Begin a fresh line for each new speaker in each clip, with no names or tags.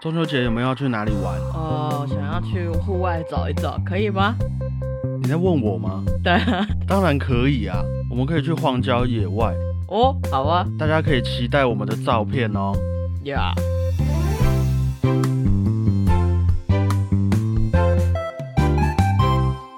中秋节有没有要去哪里玩？
哦，想要去户外走一走，可以吗？
你在问我吗？
对啊，
当然可以啊，我们可以去荒郊野外，
哦，好啊，
大家可以期待我们的照片哦。
呀、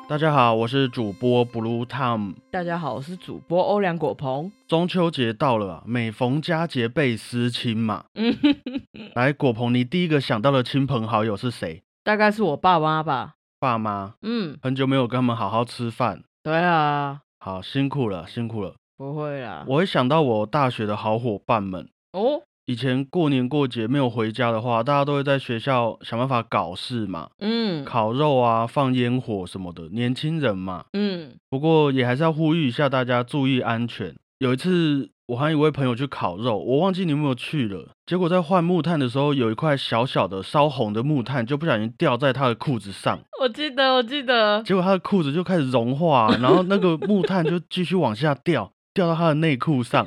大家好，我是主播 Blue Tom。
大家好，我是主播欧良果鹏。
中秋节到了啊，每逢佳节倍思亲嘛。
嗯，
来，果鹏，你第一个想到的亲朋好友是谁？
大概是我爸妈吧。
爸妈，
嗯，
很久没有跟他们好好吃饭，
对啊，
好辛苦了，辛苦了。
不会啦。
我会想到我大学的好伙伴们，
哦，
以前过年过节没有回家的话，大家都会在学校想办法搞事嘛，
嗯
烤肉啊，放烟火什么的，年轻人嘛。
嗯，
不过也还是要呼吁一下大家注意安全。有一次，我和一位朋友去烤肉，我忘记你有没有去了。结果在换木炭的时候，有一块小小的烧红的木炭就不小心掉在他的裤子上，
我记得，我记得。
结果他的裤子就开始融化，啊然后那个木炭就继续往下掉，掉到他的内裤上。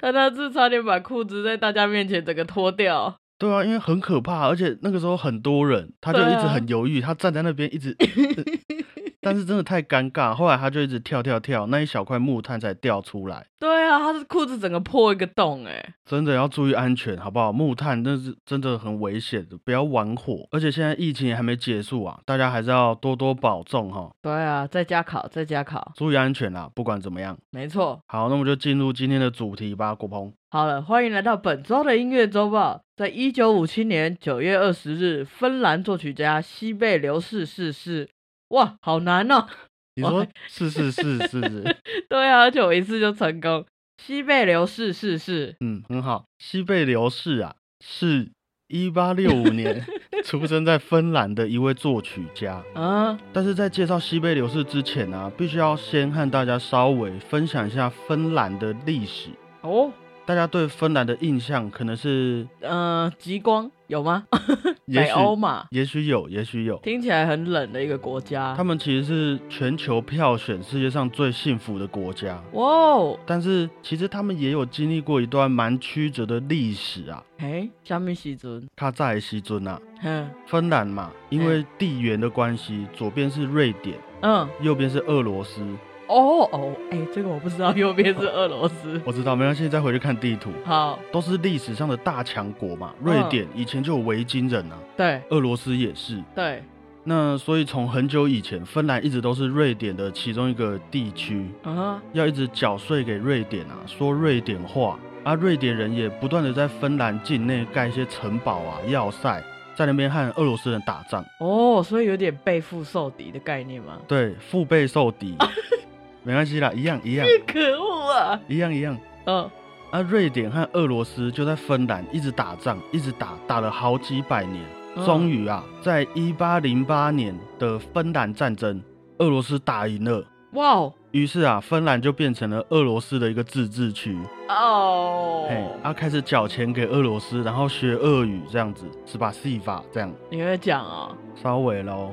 他那次差点把裤子在大家面前整个脱掉。
对啊，因为很可怕，而且那个时候很多人，他就
对
一直
啊
很犹豫，他站在那边一直， 但是真的太尴尬。后来他就一直跳跳跳，那一小块木炭才掉出来。
对啊，他是裤子整个破一个洞、哎，
真的要注意安全，好不好？木炭那是真的很危险的，不要玩火。而且现在疫情也还没结束啊，大家还是要多多保重哈，
对啊，在家烤，在家烤，
注意安全啦。不管怎么样，
没错。
好，那我们就进入今天的主题吧。果鹏，
好了，欢迎来到本周的音乐周报。在一九五七年九月二十日，芬兰作曲家西贝流士逝世。哇，好难哦！
你说
喂
是是是是是，
对啊，而且我一次就成功。西贝流士逝世，
嗯，很好。西贝流士啊， 是一八六五年出生在芬兰的一位作曲家。
嗯，
但是在介绍西贝流士之前啊，必须要先和大家稍微分享一下芬兰的历史。
哦，
大家对芬兰的印象可能是，
呃，极光有吗？
啊也
北
许
欧嘛，
也许有，也许有。
听起来很冷的一个国家。
他们其实是全球票选世界上最幸福的国家，
哇哦，
但是其实他们也有经历过一段蛮曲折的历史啊。
嘿，虾米时阵？
卡扎尔西尊啊，
哼，
芬兰嘛，因
嗯
为地缘的关系，左边是瑞典，
嗯，
右边是俄罗斯。
哦哦，哎、这个我不知道， 右边是俄罗斯。
我知道，没关系，再回去看地图，
好，
都是历史上的大强国嘛。瑞
嗯
典以前就有维京人啊，
对
俄罗斯也是。
对，
那所以从很久以前，芬兰一直都是瑞典的其中一个地区，
嗯哼，
要一直缴税给瑞典啊，说瑞典话啊。瑞典人也不断的在芬兰境内盖一些城堡啊、要塞，在那边和俄罗斯人打仗，
哦，所以有点背负受敌的概念吗？
对，腹背受敌。没关系啦，一样一样
可恶啊！
一样一样。
嗯，
啊，瑞典和俄罗斯就在芬兰一直打仗，一直打，打了好几百年。
嗯
终于啊，在一八零八年的芬兰战争，俄罗斯打赢了。
哇哦，
于是啊，芬兰就变成了俄罗斯的一个自治区，嘿、
哦，
啊，开始缴钱给俄罗斯，然后学俄语这样子，是吧？戏法这样，
你会讲啊、
稍微 喽。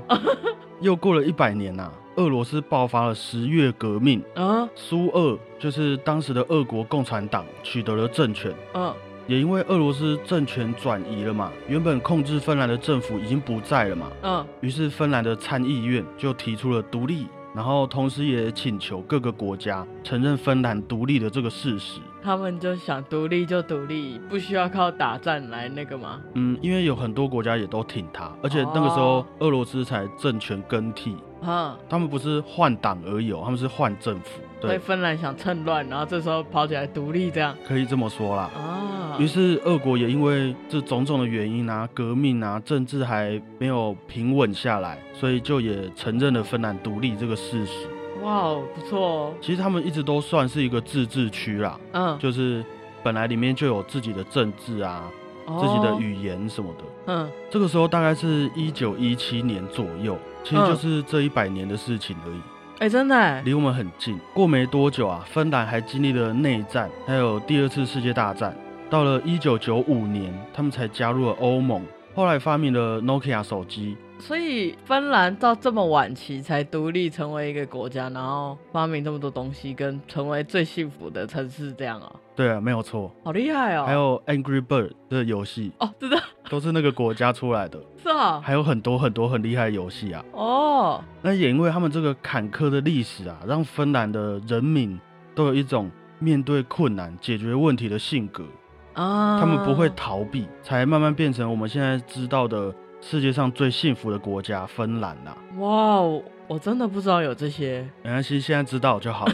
又过了一百年呐、啊俄罗斯爆发了十月革命，
哦？
苏俄就是当时的俄国共产党取得了政权，
嗯嗯，
也因为俄罗斯政权转移了嘛，原本控制芬兰的政府已经不在了嘛，
嗯，
于是芬兰的参议院就提出了独立，然后同时也请求各个国家承认芬兰独立的这个事实。
他们就想独立就独立，不需要靠打战来那个嘛。
嗯，因为有很多国家也都挺他，而且那个时候
哦
俄罗斯才政权更替，
嗯，
他们不是换党而已哦，他们是换政府。
所以
对，
芬兰想趁乱，然后这时候跑起来独立这样
可以这么说啦。
啊。
于是俄国也因为这种种的原因啊，革命啊，政治还没有平稳下来，所以就也承认了芬兰独立这个事实。
哇哦，不错哦。
其实他们一直都算是一个自治区啦，
嗯，
就是本来里面就有自己的政治啊、自己的
哦，
语言什么的。
嗯。
这个时候大概是一九一七年左右，其实
嗯
就是这一百年的事情而已，
哎、真的欸，
离我们很近。过没多久啊，芬兰还经历了内战，还有第二次世界大战。到了一九九五年，他们才加入了欧盟，后来发明了 Nokia 手机。
所以芬兰到这么晚期才独立成为一个国家，然后发明这么多东西，跟成为最幸福的城市这样哦，
对啊，没有错。
好厉害哦！
还有 Angry Bird 的游戏，
哦，知道
都是那个国家出来的，
是啊，
还有很多很多很厉害的游戏啊。
哦，
那也因为他们这个坎坷的历史啊，让芬兰的人民都有一种面对困难、解决问题的性格，
啊，
他们不会逃避，才慢慢变成我们现在知道的世界上最幸福的国家——芬兰呐、啊。
哇哦，我真的不知道有这些。
没关系，现在知道就好了。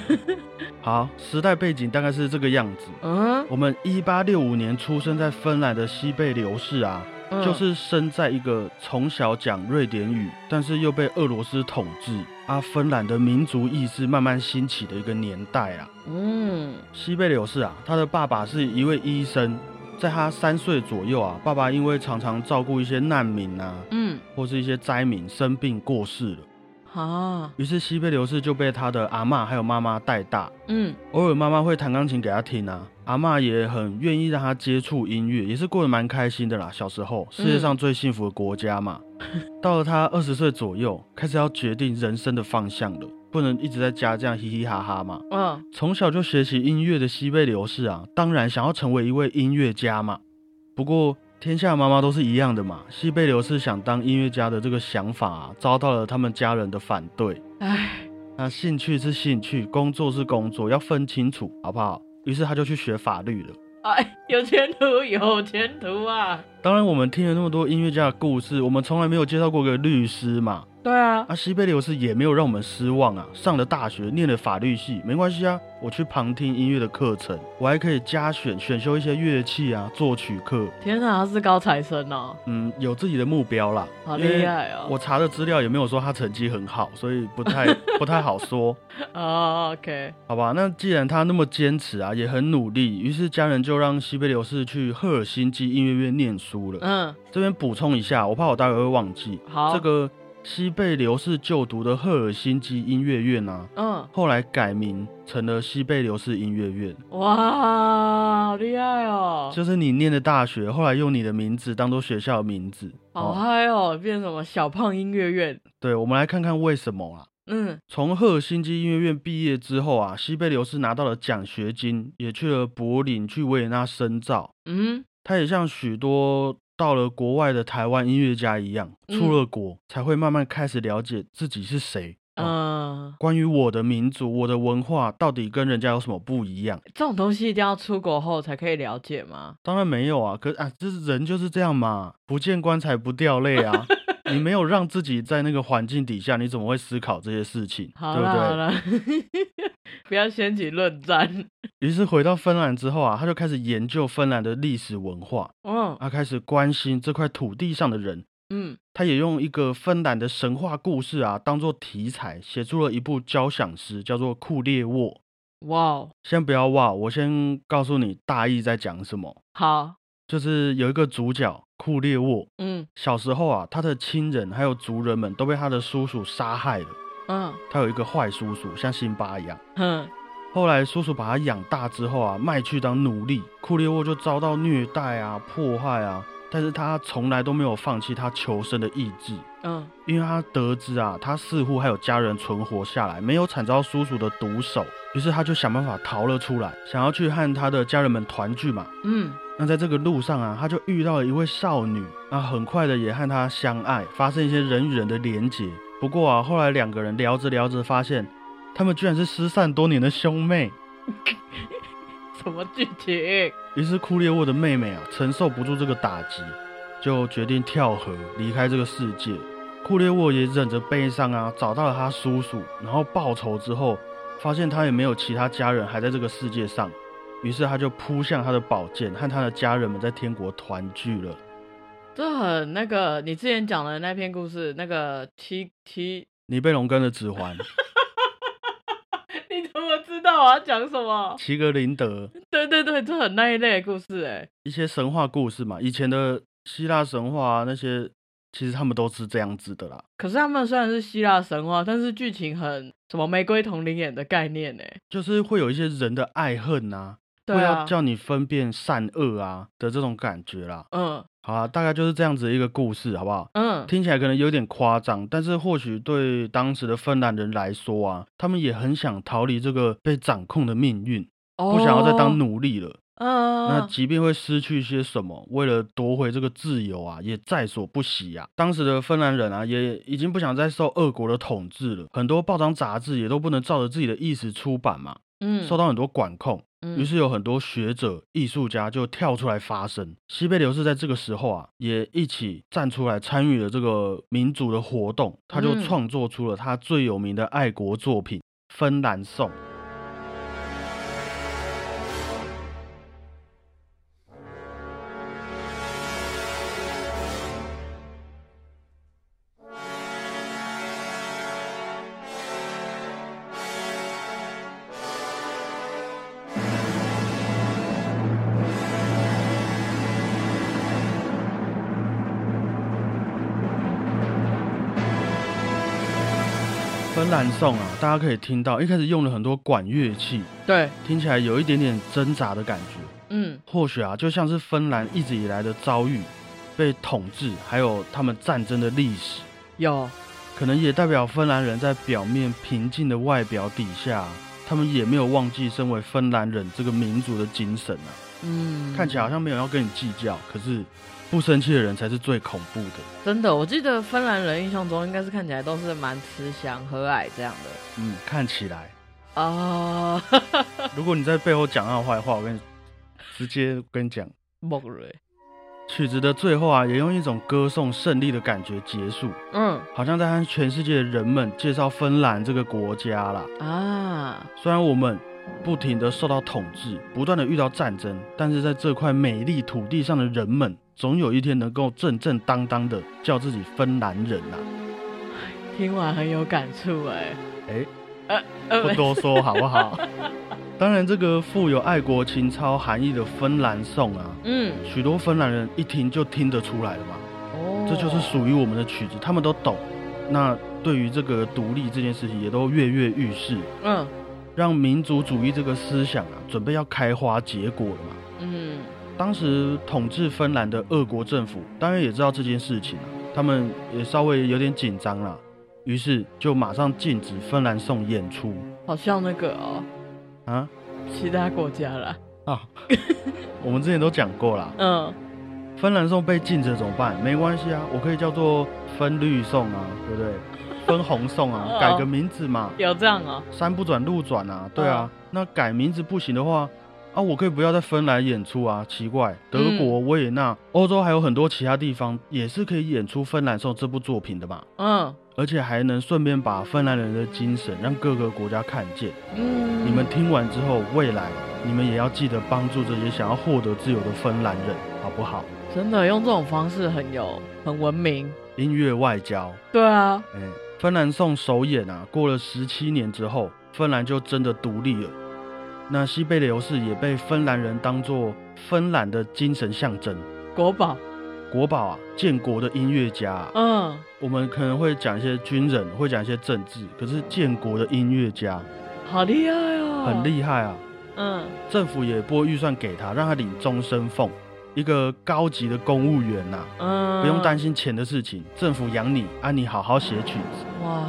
好，时代背景大概是这个样子。
嗯，
我们一八六五年出生在芬兰的西贝流士啊，
嗯
就是生在一个从小讲瑞典语，但是又被俄罗斯统治啊，芬兰的民族意识慢慢兴起的一个年代啊。
嗯
西贝柳士啊，他的爸爸是一位医生，在他三岁左右啊，爸爸因为常常照顾一些难民啊，
嗯，
或是一些灾民生病过世了，
啊，
于是西贝柳士就被他的阿嬷还有妈妈带大。
嗯
啊偶尔妈妈会弹钢琴给他听啊，阿嬷也很愿意让他接触音乐，也是过得蛮开心的啦。小时候，世界上最幸福的国家嘛。到了他二十岁左右，开始要决定人生的方向了，不能一直在家这样嘻嘻哈哈嘛。
嗯，
从小就学习音乐的西贝流士啊，当然想要成为一位音乐家嘛。不过天下妈妈都是一样的嘛，西贝流士想当音乐家的这个想法啊，遭到了他们家人的反对。
哎，
那兴趣是兴趣，工作是工作，要分清楚，好不好？于是他就去学法律了。
哎，有前途，有前途啊！
当然，我们听了那么多音乐家的故事，我们从来没有介绍过个律师嘛。
对啊，
啊，西贝流士也没有让我们失望啊。上了大学，念了法律系，没关系啊。我去旁听音乐的课程，我还可以加选选修一些乐器啊，作曲课。
天哪，他是高材生哦，
嗯，有自己的目标啦。
好厉害哦！
我查的资料也没有说他成绩很好，所以不太不太好说。
哦，OK，
好吧，那既然他那么坚持啊，也很努力，于是家人就让西贝流士去赫尔辛基音乐院念书了。
嗯，
这边补充一下，我怕我待会会忘记，
好，
这，个西贝流士就读的赫尔辛基音乐院啊，
嗯，
后来改名成了西贝流士音乐院，
哇，好厉害哦，
就是你念的大学，后来用你的名字当做学校的名字。
好嗨哦，变什么小胖音乐院？
对，我们来看看为什么啊。
嗯，
从赫尔辛基音乐院毕业之后啊，西贝流士拿到了奖学金，也去了柏林、去维也纳深造。
嗯，
他也像许多到了国外的台湾音乐家一样，
嗯
出了国、才会慢慢开始了解自己是谁。啊
嗯，
关于我的民族、我的文化到底跟人家有什么不一样？
这种东西一定要出国后才可以了解吗？
当然没有啊，可啊，这是人就是这样嘛，不见棺材不掉泪 啊。你没有让自己在那个环境底下，你怎么会思考这些事情？
好
对不
啦好
对？
啦， 不要掀起论战。
于是回到芬兰之后啊，他就开始研究芬兰的历史文化，
嗯
他开始关心这块土地上的人
嗯，
他也用一个芬兰的神话故事啊当做题材，写出了一部交响诗，叫做《库列沃》。
哇哦，
先不要哇，我先告诉你大意在讲什么。
好，
就是有一个主角库列沃，
嗯
小时候啊，他的亲人还有族人们都被他的叔叔杀害了。
嗯
他有一个坏叔叔，像辛巴一样。
哼，
后来叔叔把他养大之后啊，卖去当奴隶，库列沃就遭到虐待啊、迫害啊，但是他从来都没有放弃他求生的意志。
嗯
因为他得知啊，他似乎还有家人存活下来，没有惨遭叔叔的毒手，于是他就想办法逃了出来，想要去和他的家人们团聚嘛。
嗯，
那在这个路上啊，他就遇到了一位少女，那很快的也和他相爱，发生一些人与人的连结。不过啊，后来两个人聊着聊着，发现他们居然是失散多年的兄妹。
什么剧情？
于是库列沃的妹妹啊，承受不住这个打击，就决定跳河离开这个世界。库列沃也忍着悲伤啊，找到了他叔叔，然后报仇之后，发现他也没有其他家人还在这个世界上，于是他就扑向他的宝剑，和他的家人们在天国团聚了。
这很那个，你之前讲的那篇故事，那个七七，
尼贝龙根的指环，
你怎么知道我要讲什么？
齐格林德，
对对对，这很那一类的故事哎。
一些神话故事嘛，以前的希腊神话啊，那些，其实他们都是这样子的啦。
可是他们虽然是希腊神话，但是剧情很什么玫瑰同林演的概念呢？
就是会有一些人的爱恨呐、
对
会
啊
要，叫你分辨善恶啊的这种感觉啦。
嗯
好啊，大概就是这样子的一个故事，好不好？
嗯，
听起来可能有点夸张，但是或许对当时的芬兰人来说啊，他们也很想逃离这个被掌控的命运，不想要再当
哦
奴隶了。
嗯，
那即便会失去些什么，为了夺回这个自由啊，也在所不惜啊。当时的芬兰人啊，也已经不想再受俄国的统治了，很多报章杂志也都不能照着自己的意思出版嘛，
嗯，
受到很多管控。
嗯，
于是有很多学者、艺术家就跳出来发声。西贝流士在这个时候啊，也一起站出来参与了这个民族的活动，他就
嗯
创作出了他最有名的爱国作品《芬兰颂》。芬兰颂啊，大家可以听到一开始用了很多管乐器，
对，
听起来有一点点挣扎的感觉。
嗯
或许啊，就像是芬兰一直以来的遭遇、被统治，还有他们战争的历史，
有，
可能也代表芬兰人在表面平静的外表底下，他们也没有忘记身为芬兰人这个民族的精神啊。
嗯，
看起来好像没有要跟你计较，可是不生气的人才是最恐怖的。
真的，我记得芬兰人印象中应该是看起来都是蛮慈祥和蔼这样的
嗯，看起来，
啊，
如果你在背后讲他的坏话，我跟你直接跟你讲。
莫瑞，
曲子的最后啊，也用一种歌颂胜利的感觉结束，
嗯
好像在向全世界的人们介绍芬兰这个国家啦。
啊，
虽然我们不停的受到统治，不断的遇到战争，但是在这块美丽土地上的人们，总有一天能够正正当当的叫自己芬兰人啦、
听完很有感触哎，
哎
呃
不
呃，
多说好不好？当然，这个富有爱国情操含义的芬兰颂啊，
嗯，
许多芬兰人一听就听得出来了嘛。
哦，
这就是属于我们的曲子，他们都懂。那对于这个独立这件事情，也都跃跃欲试，
嗯
让民族主义这个思想啊，准备要开花结果了嘛。
嗯
当时统治芬兰的俄国政府，当然也知道这件事情啊，他们也稍微有点紧张啦，于是就马上禁止芬兰颂演出
好像那个哦，
啊
其他国家啦，
啊！我们之前都讲过啦，
嗯
芬兰颂被禁止了怎么办？没关系啊，我可以叫做分绿颂啊，对不对？分红颂啊，改个名字嘛。
有这样哦，
山不转路转啊，对啊，那改名字不行的话，啊，我可以不要在芬兰演出啊，奇怪，德国、维也纳、欧洲还有很多其他地方也是可以演出《芬兰颂》这部作品的嘛，
嗯
而且还能顺便把芬兰人的精神让各个国家看见。
嗯，
你们听完之后，未来你们也要记得帮助这些想要获得自由的芬兰人，好不好？
真的用这种方式很有很文明，
音乐外交，
对啊，
哎，芬兰颂首演啊，过了十七年之后，芬兰就真的独立了。那西贝流士也被芬兰人当作芬兰的精神象征、
国宝，
国宝啊，建国的音乐家啊、
嗯，
我们可能会讲一些军人，会讲一些政治，可是建国的音乐家
好厉害哦，
很厉害啊。
嗯
政府也拨预算给他，让他领终身俸，一个高级的公务员呐、
嗯，
不用担心钱的事情，政府养你，啊，你好好写曲子。
哇，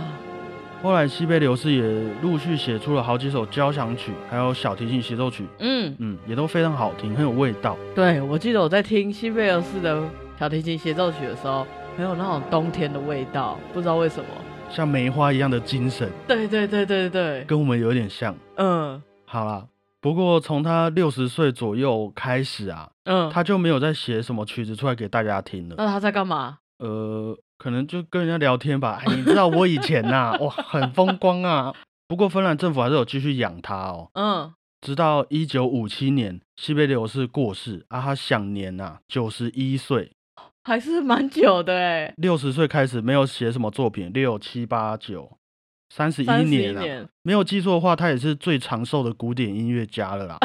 后来西贝流士也陆续写出了好几首交响曲，还有小提琴协奏曲，
嗯，
嗯，也都非常好听，很有味道。
对，我记得我在听西贝尔斯的小提琴协奏曲的时候，很有那种冬天的味道，不知道为什么。
像梅花一样的精神，
对对对对对，
跟我们有点像。
嗯
好啦，不过从他六十岁左右开始啊，
嗯，
他就没有再写什么曲子出来给大家听了。
那他在干嘛？
呃，可能就跟人家聊天吧。哎你知道我以前呐、哇，很风光啊。不过芬兰政府还是有继续养他哦。
嗯，
直到一九五七年，西贝流士过世啊，他享年呐九十一岁。
还是蛮久的哎，
六十岁开始没有写什么作品，六七八九，三十一
三十一
年啊，
年，
没有记错的话，他也是最长寿的古典音乐家 了啦，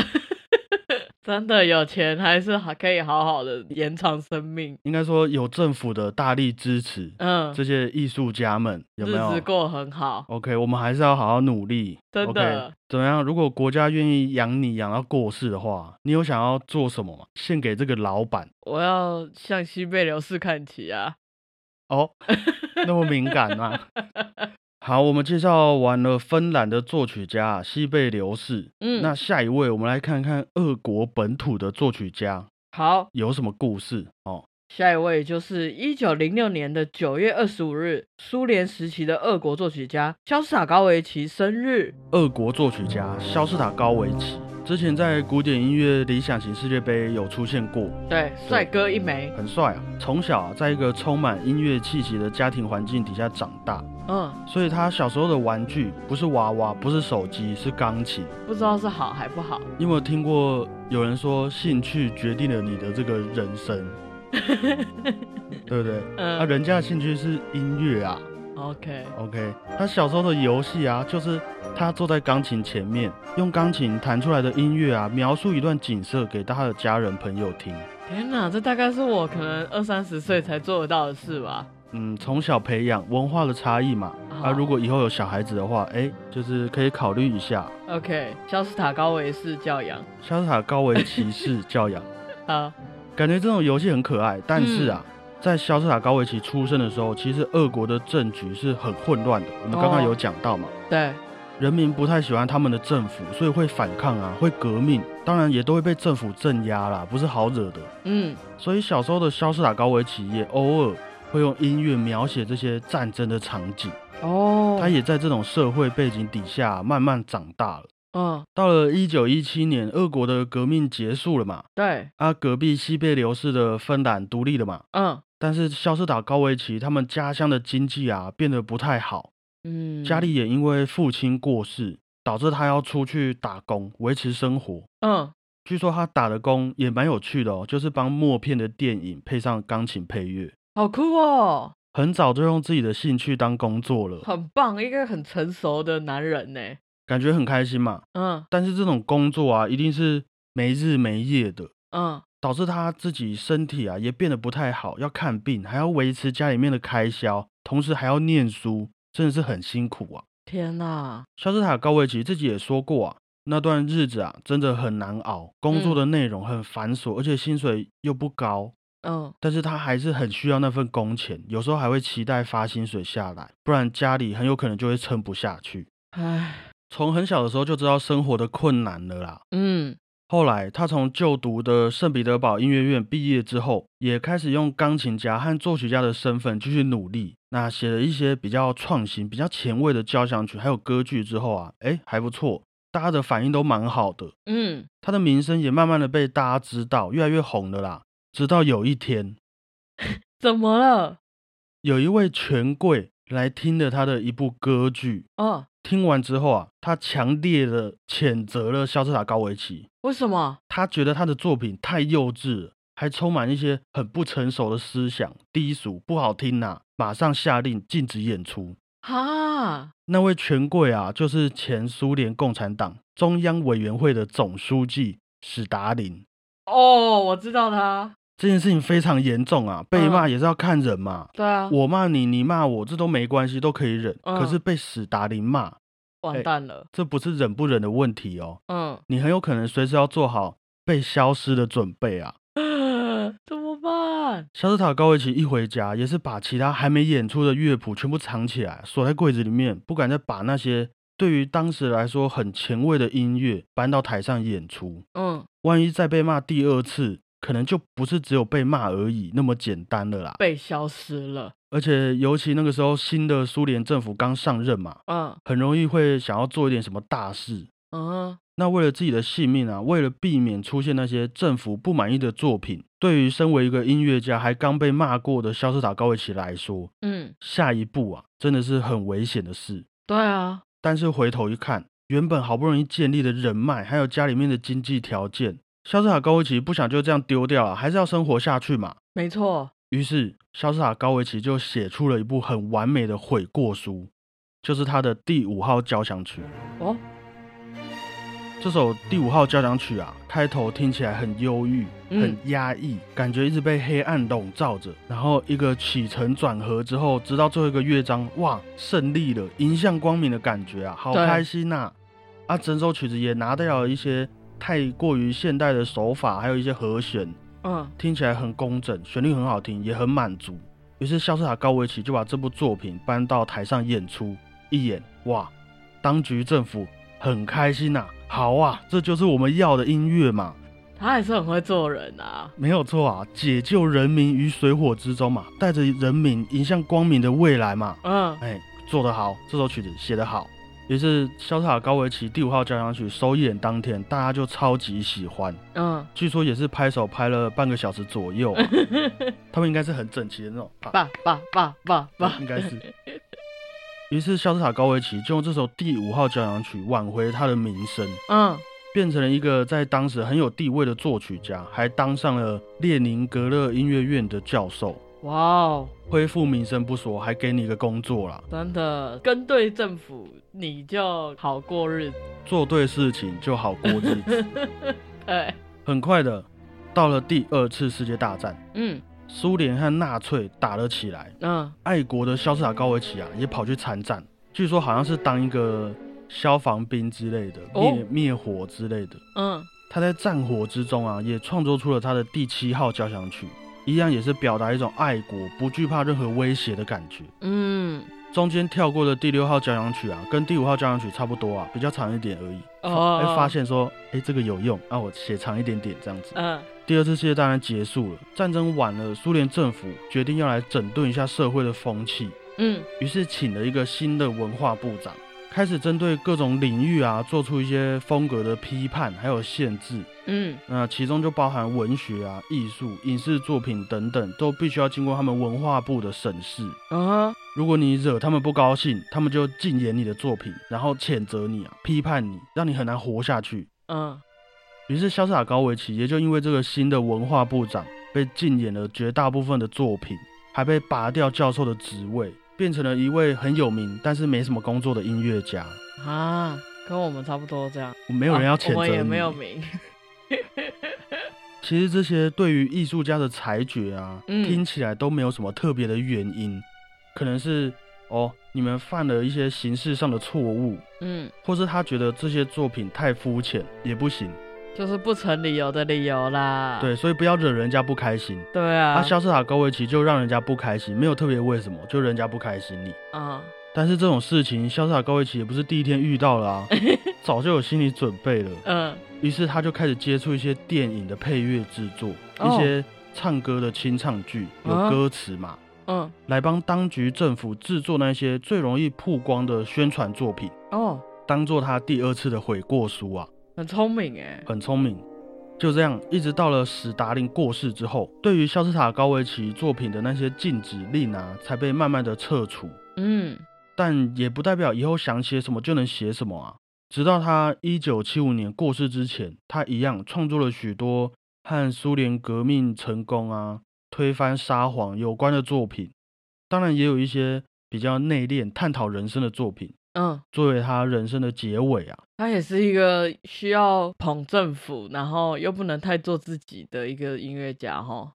真的有钱还是还可以好好的延长生命。
应该说有政府的大力支持，
嗯，
这些艺术家们有没
日子
有
过很好，
？OK，我们还是要好好努力。
真
o k
的
怎么样？如果国家愿意养你养到过世的话，你有想要做什么吗？献给这个老板
我要向西贝流士看齐啊！
哦，那么敏感吗、好，我们介绍完了芬兰的作曲家啊西贝流士，
嗯，
那下一位我们来看看俄国本土的作曲家
好，
有什么故事哦。
下一位就是一九零六年的九月二十五日，苏联时期的俄国作曲家肖斯塔高维奇生日。
俄国作曲家肖斯塔高维奇之前在古典音乐理想型世界杯有出现过，
对，帅哥一枚。
很帅啊。从小啊，在一个充满音乐气息的家庭环境底下长大，
嗯，
所以他小时候的玩具不是娃娃，不是手机，是钢琴。
不知道是好还不好。
你有没有听过有人说兴趣决定了你的这个人生，对不对？
嗯、
啊，人家的兴趣是音乐啊。
o k
OK，他小时候的游戏啊，就是他坐在钢琴前面，用钢琴弹出来的音乐啊，描述一段景色给他的家人朋友听。
天哪，这大概是我可能二三十岁才做得到的事吧。
嗯，从小培养文化的差异嘛。啊，
哦
如果以后有小孩子的话，哎，就是可以考虑一下。
OK，肖斯塔高维是教养。
肖斯塔高维奇式教养，
好，
感觉这种游戏很可爱。但是啊，在肖斯塔高维奇出生的时候，其实俄国的政局是很混乱的。我们刚刚
哦
有讲到嘛。
对，
人民不太喜欢他们的政府，所以会反抗啊，会革命，当然也都会被政府镇压啦，不是好惹的。
嗯，
所以小时候的肖斯塔高维奇也偶尔会用音乐描写这些战争的场景，
哦，
他也在这种社会背景底下慢慢长大了。
嗯，
到了一九一七年，俄国的革命结束了嘛，
对，
啊，隔壁西贝流士的芬兰独立了嘛，
嗯
但是肖斯塔高维奇他们家乡的经济啊变得不太好，
嗯，
家里也因为父亲过世，导致他要出去打工维持生活。
嗯，
据说他打的工也蛮有趣的哦，就是帮默片的电影配上钢琴配乐，
好酷哦，
很早就用自己的兴趣当工作了，
很棒，一个很成熟的男人呢。
感觉很开心嘛。
嗯
但是这种工作啊，一定是没日没夜的，
嗯，
导致他自己身体啊也变得不太好，要看病，还要维持家里面的开销，同时还要念书，真的是很辛苦啊。
天哪，
肖斯塔高维奇自己也说过啊，那段日子啊真的很难熬，工作的内容很繁琐，而且薪水又不高，
嗯
但是他还是很需要那份工钱，有时候还会期待发薪水下来，不然家里很有可能就会撑不下去。
唉，
从很小的时候就知道生活的困难了啦。
嗯
后来，他从就读的圣彼得堡音乐院毕业之后，也开始用钢琴家和作曲家的身份继续努力。那写了一些比较创新、比较前卫的交响曲，还有歌剧之后啊，哎，还不错，大家的反应都蛮好的。
嗯，
他的名声也慢慢的被大家知道，越来越红了啦。直到有一天，
怎么了？
有一位权贵来听了他的一部歌剧，
嗯，
听完之后啊，他强烈的谴责了肖斯塔高维奇，
为什么？
他觉得他的作品太幼稚了，还充满一些很不成熟的思想，低俗，不好听呐、马上下令禁止演出。
哈，
那位权贵啊，就是前苏联共产党中央委员会的总书记史达林。
哦，我知道他，
这件事情非常严重啊，被骂也是要看人嘛。
对啊，
我骂你，你骂我，这都没关系，都可以忍。
嗯
可是被史达林骂，哎
完蛋了。
这不是忍不忍的问题哦，
嗯，
你很有可能随时要做好被消失的准备啊。
怎么办？
肖斯塔高维奇一回家，也是把其他还没演出的乐谱全部藏起来，锁在柜子里面，不敢再把那些对于当时来说很前卫的音乐搬到台上演出。
嗯，
万一再被骂第二次，可能就不是只有被骂而已那么简单了啦。
被消失了。
而且尤其那个时候新的苏联政府刚上任嘛，
嗯
很容易会想要做一点什么大事。
嗯
那为了自己的性命啊，为了避免出现那些政府不满意的作品，对于身为一个音乐家还刚被骂过的肖斯塔高维奇来说，
嗯，
下一步啊真的是很危险的事。
对啊，
但是回头一看，原本好不容易建立的人脉，还有家里面的经济条件，肖斯塔高维奇不想就这样丢掉啊，还是要生活下去嘛。
没错。
于是，肖斯塔高维奇就写出了一部很完美的悔过书，就是他的第五号交响曲。
哦，
这首第五号交响曲啊，开头听起来很忧郁、
嗯
很压抑，感觉一直被黑暗笼罩着。然后一个起承转合之后，直到最后一个乐章，哇，胜利了，迎向光明的感觉啊，好
对
开心呐、啊！啊，整首曲子也拿掉了一些太过于现代的手法，还有一些和弦，
嗯
听起来很工整，旋律很好听，也很满足。于是肖斯塔高维奇就把这部作品搬到台上演出，一眼，哇，当局政府很开心呐、好啊，这就是我们要的音乐嘛，
他还是很会做人啊。
没有错啊，解救人民于水火之中嘛，带着人民迎向光明的未来嘛。
嗯，
哎，做得好，这首曲子写得好。于是肖塔高维奇第五号交响曲首演当天，大家就超级喜欢，
嗯，
据说也是拍手拍了半个小时左右啊、他们应该是很整齐的那种。啊
爸爸爸爸爸，
应该是。于是肖斯塔高维奇就用这首第五号交响曲挽回他的名声，
嗯，
变成了一个在当时很有地位的作曲家，还当上了列宁格勒音乐院的教授。
哇哦，
恢复名声不说，还给你一个工作啦，
真的跟对政府，你就好过日子。
做对事情就好过日子。
对，
很快的，到了第二次世界大战，
嗯
苏联和纳粹打了起来，
嗯，
爱国的肖斯塔高维奇啊，也跑去参战，据说好像是当一个消防兵之类的，
哦
灭灭火之类的。
嗯
他在战火之中啊，也创作出了他的第七号交响曲，一样也是表达一种爱国、不惧怕任何威胁的感觉。
嗯，
中间跳过的第六号交响曲啊，跟第五号交响曲差不多啊，比较长一点而已。
哦
会发现说，哎，这个有用，那、我啊写长一点点这样子。哎
嗯
第二次世界大战结束了，战争完了，苏联政府决定要来整顿一下社会的风气，
嗯
于是请了一个新的文化部长，开始针对各种领域啊，做出一些风格的批判，还有限制。
嗯
那其中就包含文学啊、艺术、影视作品等等，都必须要经过他们文化部的审视。
啊，
如果你惹他们不高兴，他们就禁言你的作品，然后谴责你啊、批判你，让你很难活下去。
嗯
于是，潇洒高维奇也就因为这个新的文化部长被禁演了绝大部分的作品，还被拔掉教授的职位，变成了一位很有名但是没什么工作的音乐家。
啊，跟我们差不多这样。
没有人要谴责你，
啊我们也没有名。
其实这些对于艺术家的裁决啊，
嗯
听起来都没有什么特别的原因，可能是哦，你们犯了一些形式上的错误，
嗯，
或是他觉得这些作品太肤浅也不行，
就是不成理由的理由啦。
对，所以不要惹人家不开心。
对啊，
啊，肖斯塔高维奇就让人家不开心，没有特别为什么，就人家不开心你。
嗯
但是这种事情，肖斯塔高维奇也不是第一天遇到了 啊，早就有心理准备了。
嗯
于是他就开始接触一些电影的配乐制作，
哦
一些唱歌的清唱剧，有
啊
歌词嘛，
嗯，
来帮当局政府制作那些最容易曝光的宣传作品，
哦，
当做他第二次的悔过书啊，
很聪明哎。
很聪明。就这样，一直到了史达林过世之后，对于肖斯塔高维奇作品的那些禁止令啊，才被慢慢的撤除。
嗯
但也不代表以后想写什么就能写什么啊。直到他一九七五年过世之前，他一样创作了许多和苏联革命成功啊、推翻沙皇有关的作品，当然也有一些比较内敛、探讨人生的作品，
嗯，
作为他人生的结尾啊。
他也是一个需要捧政府，然后又不能太做自己的一个音乐家哈。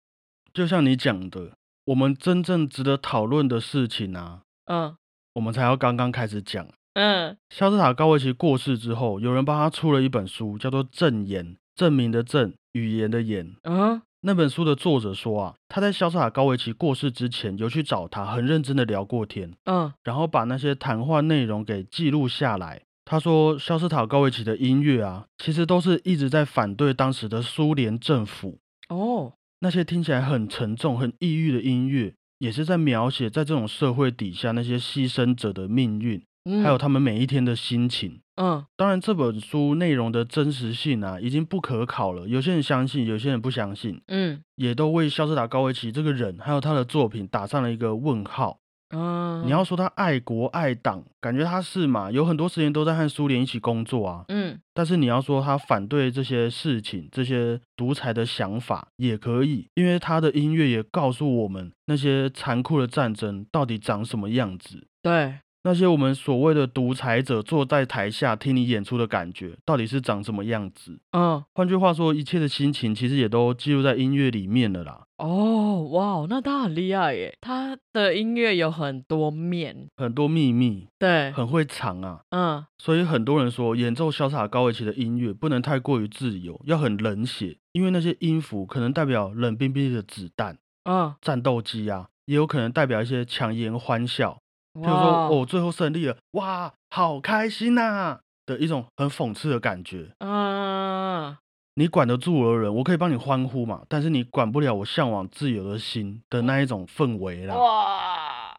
就像你讲的，我们真正值得讨论的事情啊，
嗯
我们才要刚刚开始讲。
嗯
肖斯塔高维奇过世之后，有人帮他出了一本书，叫做《证言》，证明的证，语言的言。
嗯
那本书的作者说啊，他在肖斯塔高维奇过世之前，有去找他，很认真的聊过天，
嗯
然后把那些谈话内容给记录下来。他说，肖斯塔高维奇的音乐啊，其实都是一直在反对当时的苏联政府，
哦
那些听起来很沉重、很抑郁的音乐，也是在描写在这种社会底下那些牺牲者的命运，
嗯，
还有他们每一天的心情。
嗯
当然，这本书内容的真实性啊，已经不可考了。有些人相信，有些人不相信。
嗯
也都为肖斯塔高维奇这个人还有他的作品打上了一个问号。
嗯，
你要说他爱国爱党，感觉他是嘛？有很多时间都在和苏联一起工作啊。
嗯
但是你要说他反对这些事情、这些独裁的想法也可以，因为他的音乐也告诉我们那些残酷的战争到底长什么样子。
对
那些我们所谓的独裁者坐在台下听你演出的感觉，到底是长什么样子？
嗯
换句话说，一切的心情其实也都记录在音乐里面了啦。
哦哇，那他很厉害耶，他的音乐有很多面。
很多秘密，
对，
很会藏啊。
嗯
所以很多人说，演奏潇洒高维奇的音乐不能太过于自由，要很冷血，因为那些音符可能代表冷冰冰的子弹、
嗯
战斗机啊，也有可能代表一些强颜欢笑，譬如
哇
说哦，最后胜利了，哇，好开心呐、的一种很讽刺的感觉。
嗯，
你管得住我的人，我可以帮你欢呼嘛，但是你管不了我向往自由的心的那一种氛围啦。
哇，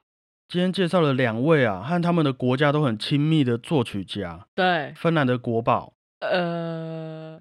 今天介绍了两位啊，和他们的国家都很亲密的作曲家，
对，
芬兰的国宝，
呃，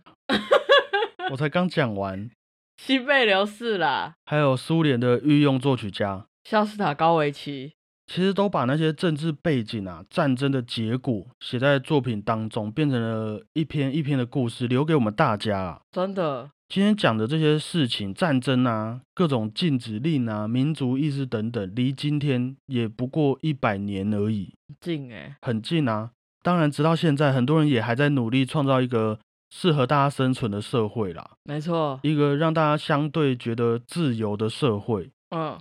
我才刚讲完，
西贝流士啦，
还有苏联的御用作曲家，
肖斯塔高维奇，
其实都把那些政治背景啊、战争的结果写在作品当中，变成了一篇一篇的故事，留给我们大家啊。
真的，
今天讲的这些事情，战争啊、各种禁止令啊、民族意识等等，离今天也不过一百年而已。
近哎、
很近啊。当然，直到现在，很多人也还在努力创造一个适合大家生存的社会啦，
没错，
一个让大家相对觉得自由的社会。
嗯，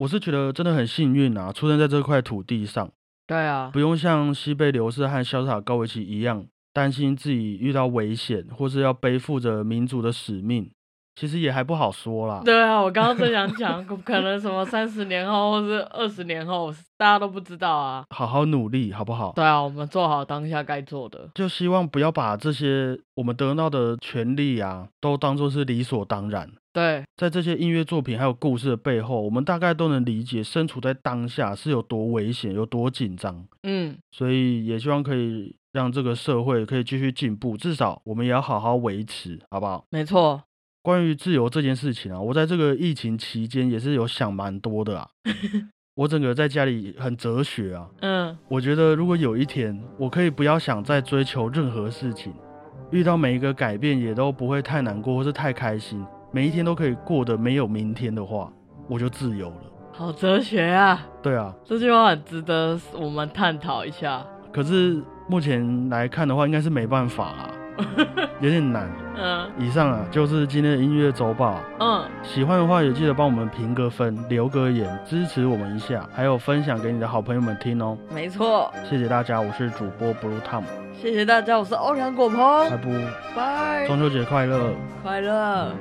我是觉得真的很幸运啊，出生在这块土地上，
对啊，
不用像西贝流士和潇洒高维奇一样担心自己遇到危险，或是要背负着民族的使命。其实也还不好说啦。
对啊，我刚刚正想讲，可能什么三十年后或是二十年后，大家都不知道啊。
好好努力，好不好？
对啊，我们做好当下该做的。
就希望不要把这些我们得到的权利啊，都当做是理所当然。
对，
在这些音乐作品还有故事的背后，我们大概都能理解身处在当下是有多危险、有多紧张。
嗯，
所以也希望可以让这个社会可以继续进步，至少我们也要好好维持，好不好？
没错，
关于自由这件事情啊，我在这个疫情期间也是有想蛮多的啊。我整个在家里很哲学啊，
嗯，
我觉得如果有一天我可以不要想再追求任何事情，遇到每一个改变也都不会太难过或是太开心，每一天都可以过得没有明天的话，我就自由了。
好哲学啊，
对啊，
这句话很值得我们探讨一下。
可是目前来看的话，应该是没办法啦，有点难。
嗯
以上啊，就是今天的音乐周报。啊
嗯，
喜欢的话也记得帮我们评个分、留个言，支持我们一下，还有分享给你的好朋友们听哦。
没错，
谢谢大家，我是主播 Blue Tom，
谢谢大家，我是欧阳果
还
鹏，
不
拜，
中秋节快乐！
快乐。